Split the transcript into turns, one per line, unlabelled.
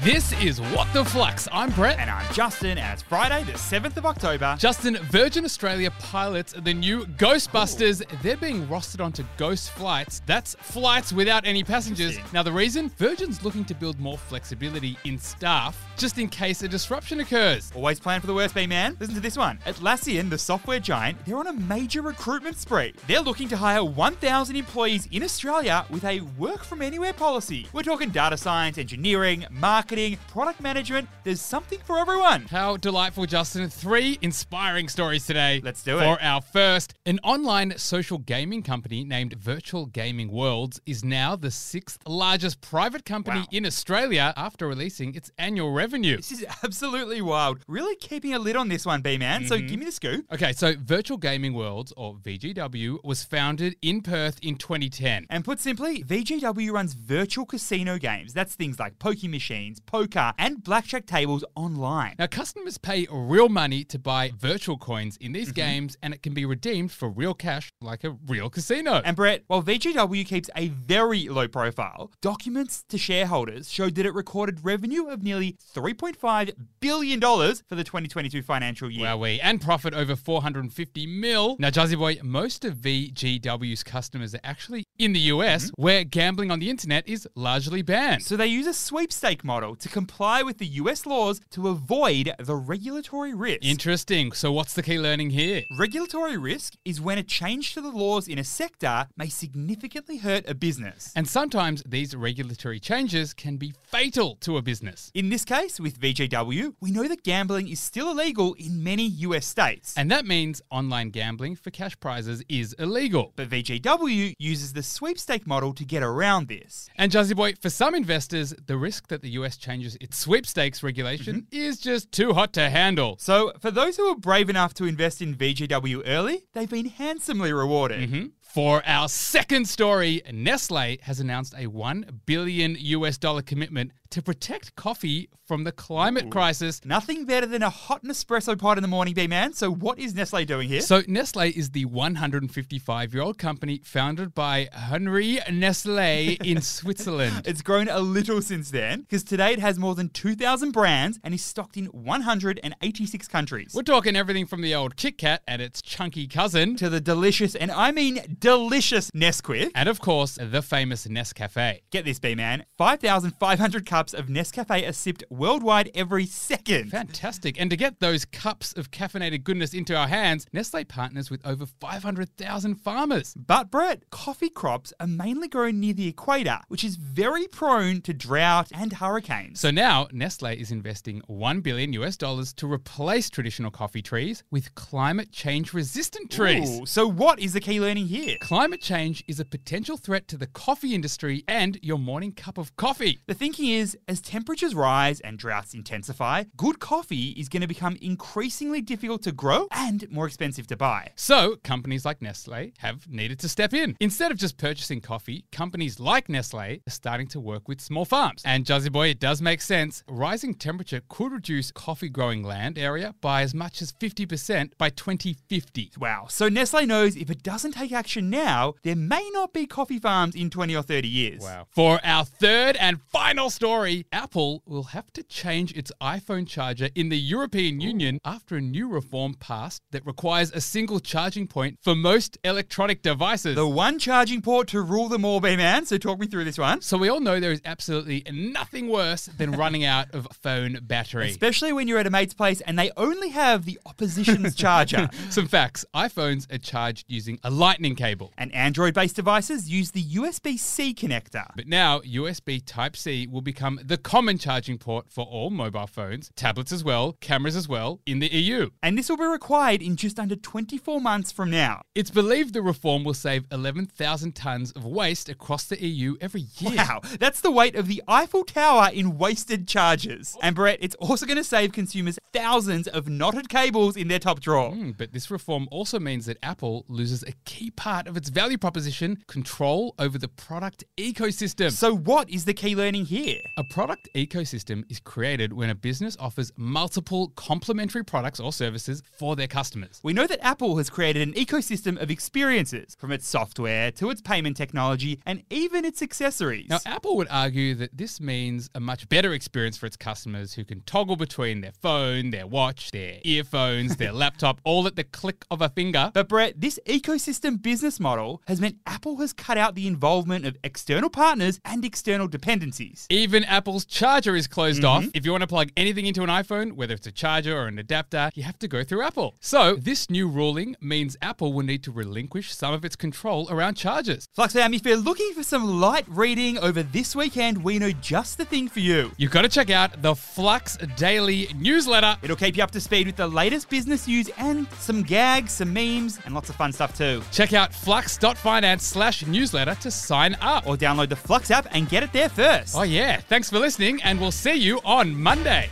This is What the Flux. I'm Brett.
And I'm Justin, and it's Friday, the 7th of October.
Justin, Virgin Australia pilots the new Ghostbusters. They're being rostered onto Ghost Flights. That's flights without any passengers.
Interesting.
Now, the reason? Virgin's looking to build more flexibility in staff just in case a disruption occurs.
Always plan for the worst, B man. Listen to this one. Atlassian, the software giant, they're on a major recruitment spree. They're looking to hire 1,000 employees in Australia with a work from anywhere policy. We're talking data science, engineering, marketing, product management. There's something for everyone.
How delightful, Justin. Three inspiring stories today.
Let's do
For
it.
our first, an online social gaming company named Virtual Gaming Worlds is now the sixth largest private company
Wow.
in Australia after releasing its annual revenue.
This is absolutely wild. Really keeping a lid on this one, B man. So give me the scoop.
Okay, so Virtual Gaming Worlds, or VGW, was founded in Perth in 2010.
And put simply, VGW runs virtual casino games. That's things like poker machines, poker, and blackjack tables online.
Now, customers pay real money to buy virtual coins in these
Mm-hmm.
games, and it can be redeemed for real cash like a real casino.
And Brett, while VGW keeps a very low profile, documents to shareholders showed that it recorded revenue of nearly $3.5 billion for the 2022 financial year.
Wowee. And profit over 450 mil. Now, Jazzy Boy, most of VGW's customers are actually in the US, where gambling on the internet is largely banned.
Mm-hmm. So they use a sweepstake model to comply with the US laws to avoid the regulatory risk.
Interesting. So, what's the key learning here?
regulatory risk is when a change to the laws in a sector may significantly hurt a business.
And sometimes these regulatory changes can be fatal to a business.
in this case, with VGW, we know that gambling is still illegal in many US states.
And that means online gambling for cash prizes is illegal.
But VGW uses the sweepstake model to get around this.
And Jazzy Boy, for some investors, the risk that the US changes its sweepstakes regulation is just too hot to handle.
So, for those who were brave enough to invest in VGW early, they've been handsomely rewarded.
Mm-hmm. For our second story, Nestle has announced a 1 billion US dollar commitment to protect coffee from the climate crisis.
Nothing better than a hot Nespresso pod in the morning, B man. So, what is Nestle doing here?
So, Nestle is the 155 year old company founded by Henri Nestle in Switzerland.
it's grown a little since then, because today it has more than 2,000 brands and is stocked in 186 countries.
We're talking everything from the old Kit Kat and its chunky cousin
To the delicious, and I mean delicious Nesquik.
And of course, the famous Nescafe.
Get this, B man 5,500 cups of Nescafe are sipped worldwide every second.
Fantastic. And to get those cups of caffeinated goodness into our hands, Nestle partners with over 500,000 farmers.
But Brett, coffee crops are mainly grown near the equator, which is very prone to drought and hurricanes.
So now Nestle is investing 1 billion US dollars to replace traditional coffee trees with climate change resistant trees.
Ooh, so what is the key learning here?
Climate change is a potential threat to the coffee industry and your morning cup of coffee.
The thinking is, as temperatures rise and droughts intensify, good coffee is going to become increasingly difficult to grow and more expensive to buy.
So, companies like Nestle have needed to step in. Instead of just purchasing coffee, companies like Nestle are starting to work with small farms. And Jazzy Boy, it does make sense. Rising temperature could reduce coffee growing land area by as much as 50% by 2050.
Wow, so Nestle knows if it doesn't take action now, there may not be coffee farms in 20 or 30 years.
For our third and final story, Apple will have to change its iPhone charger in the European Union after a new reform passed that requires a single charging point for most electronic devices.
The one charging port to rule them all, B man, so talk me through this one.
So we all know there is absolutely nothing worse than running out of phone battery.
Especially when you're at a mate's place and they only have the opposition's charger.
Some facts iPhones are charged using a lightning cable.
and Android based devices use the USB C connector.
But now USB Type C will become the common charging port for all mobile phones, tablets as well, cameras as well in the E EU.
And this will be required in just under 24 months from now.
It's believed the reform will save 11,000 tons of waste across the EU every year.
Wow, that's the weight of the Eiffel Tower in wasted charges. And Brett, it's also going to save consumers
Mm.
thousands of knotted cables in their top drawer.
Hmm, But this reform also means that Apple loses a key part part of its value proposition control over the product ecosystem.
So, what is the key learning here?
A product ecosystem is created when a business offers multiple complementary products or services for their customers.
We know that Apple has created an ecosystem of experiences, from its software to its payment technology and even its accessories.
Now, Apple would argue that this means a much better experience for its customers who can toggle between their phone, their watch, their earphones, their laptop, all at the click of a finger.
but Brett, this ecosystem business model has meant Apple has cut out the involvement of external partners and external dependencies.
Even Apple's charger is closed off. If you want to plug anything into an iPhone, whether it's a charger or an adapter, you have to go through Apple. So, this new ruling means Apple will need to relinquish some of its control around chargers.
Flux fam, if you're looking for some light reading over this weekend, we know just the thing for you.
You've got to check out the Flux Daily newsletter.
It'll keep you up to speed with the latest business news and some gags, some memes, and lots of fun stuff too.
Check out flux.finance slash newsletter to sign up.
Or download the Flux app and get it there first.
Oh, yeah. Thanks for listening, and we'll see you on Monday.